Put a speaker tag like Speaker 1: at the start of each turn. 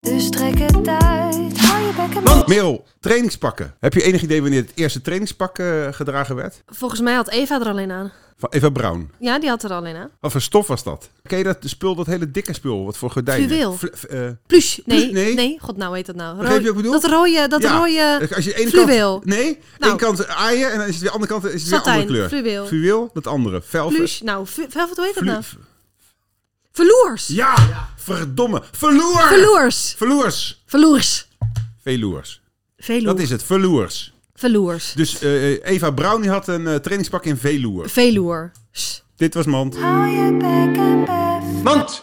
Speaker 1: Dus trek het uit, hou je bek en mond.
Speaker 2: Merel, trainingspakken. Heb je enig idee wanneer het eerste trainingspak eh, gedragen werd?
Speaker 3: Volgens mij had Eva er alleen aan.
Speaker 2: Van Eva Brown.
Speaker 3: Ja, die had er alleen aan.
Speaker 2: Wat voor stof was dat? Ken je dat spul, dat hele dikke spul? Wat voor gordijnen?
Speaker 3: Fluweel.
Speaker 2: Fl- f- eh,
Speaker 3: Plus,
Speaker 2: Plus,
Speaker 3: nee,
Speaker 2: nee.
Speaker 3: nee. god, nou heet dat nou.
Speaker 2: Begrijp je wat ik bedoel?
Speaker 3: Dat rode, dat
Speaker 2: ja. Dus
Speaker 3: rode
Speaker 2: Als je de ene
Speaker 3: fluweel.
Speaker 2: Kant, nee,
Speaker 3: Nou.
Speaker 2: één kant aaien en dan is het weer andere kant is het weer een
Speaker 3: Satijn,
Speaker 2: andere kleur.
Speaker 3: fluweel.
Speaker 2: dat andere. Velvet.
Speaker 3: Plus, nou, v- velvet, hoe heet dat
Speaker 2: Flu-
Speaker 3: nou? Verloers.
Speaker 2: Ja, verdomme. Verloer.
Speaker 3: Verloers.
Speaker 2: Verloers.
Speaker 3: Verloers.
Speaker 2: Veloers.
Speaker 3: Veloers.
Speaker 2: Dat is het, verloers.
Speaker 3: Verloers.
Speaker 2: Dus eh, Eva Brown die had een eh, trainingspak in veloer.
Speaker 3: Veloers.
Speaker 2: Dit was Mand.
Speaker 1: Hou je bek en bef.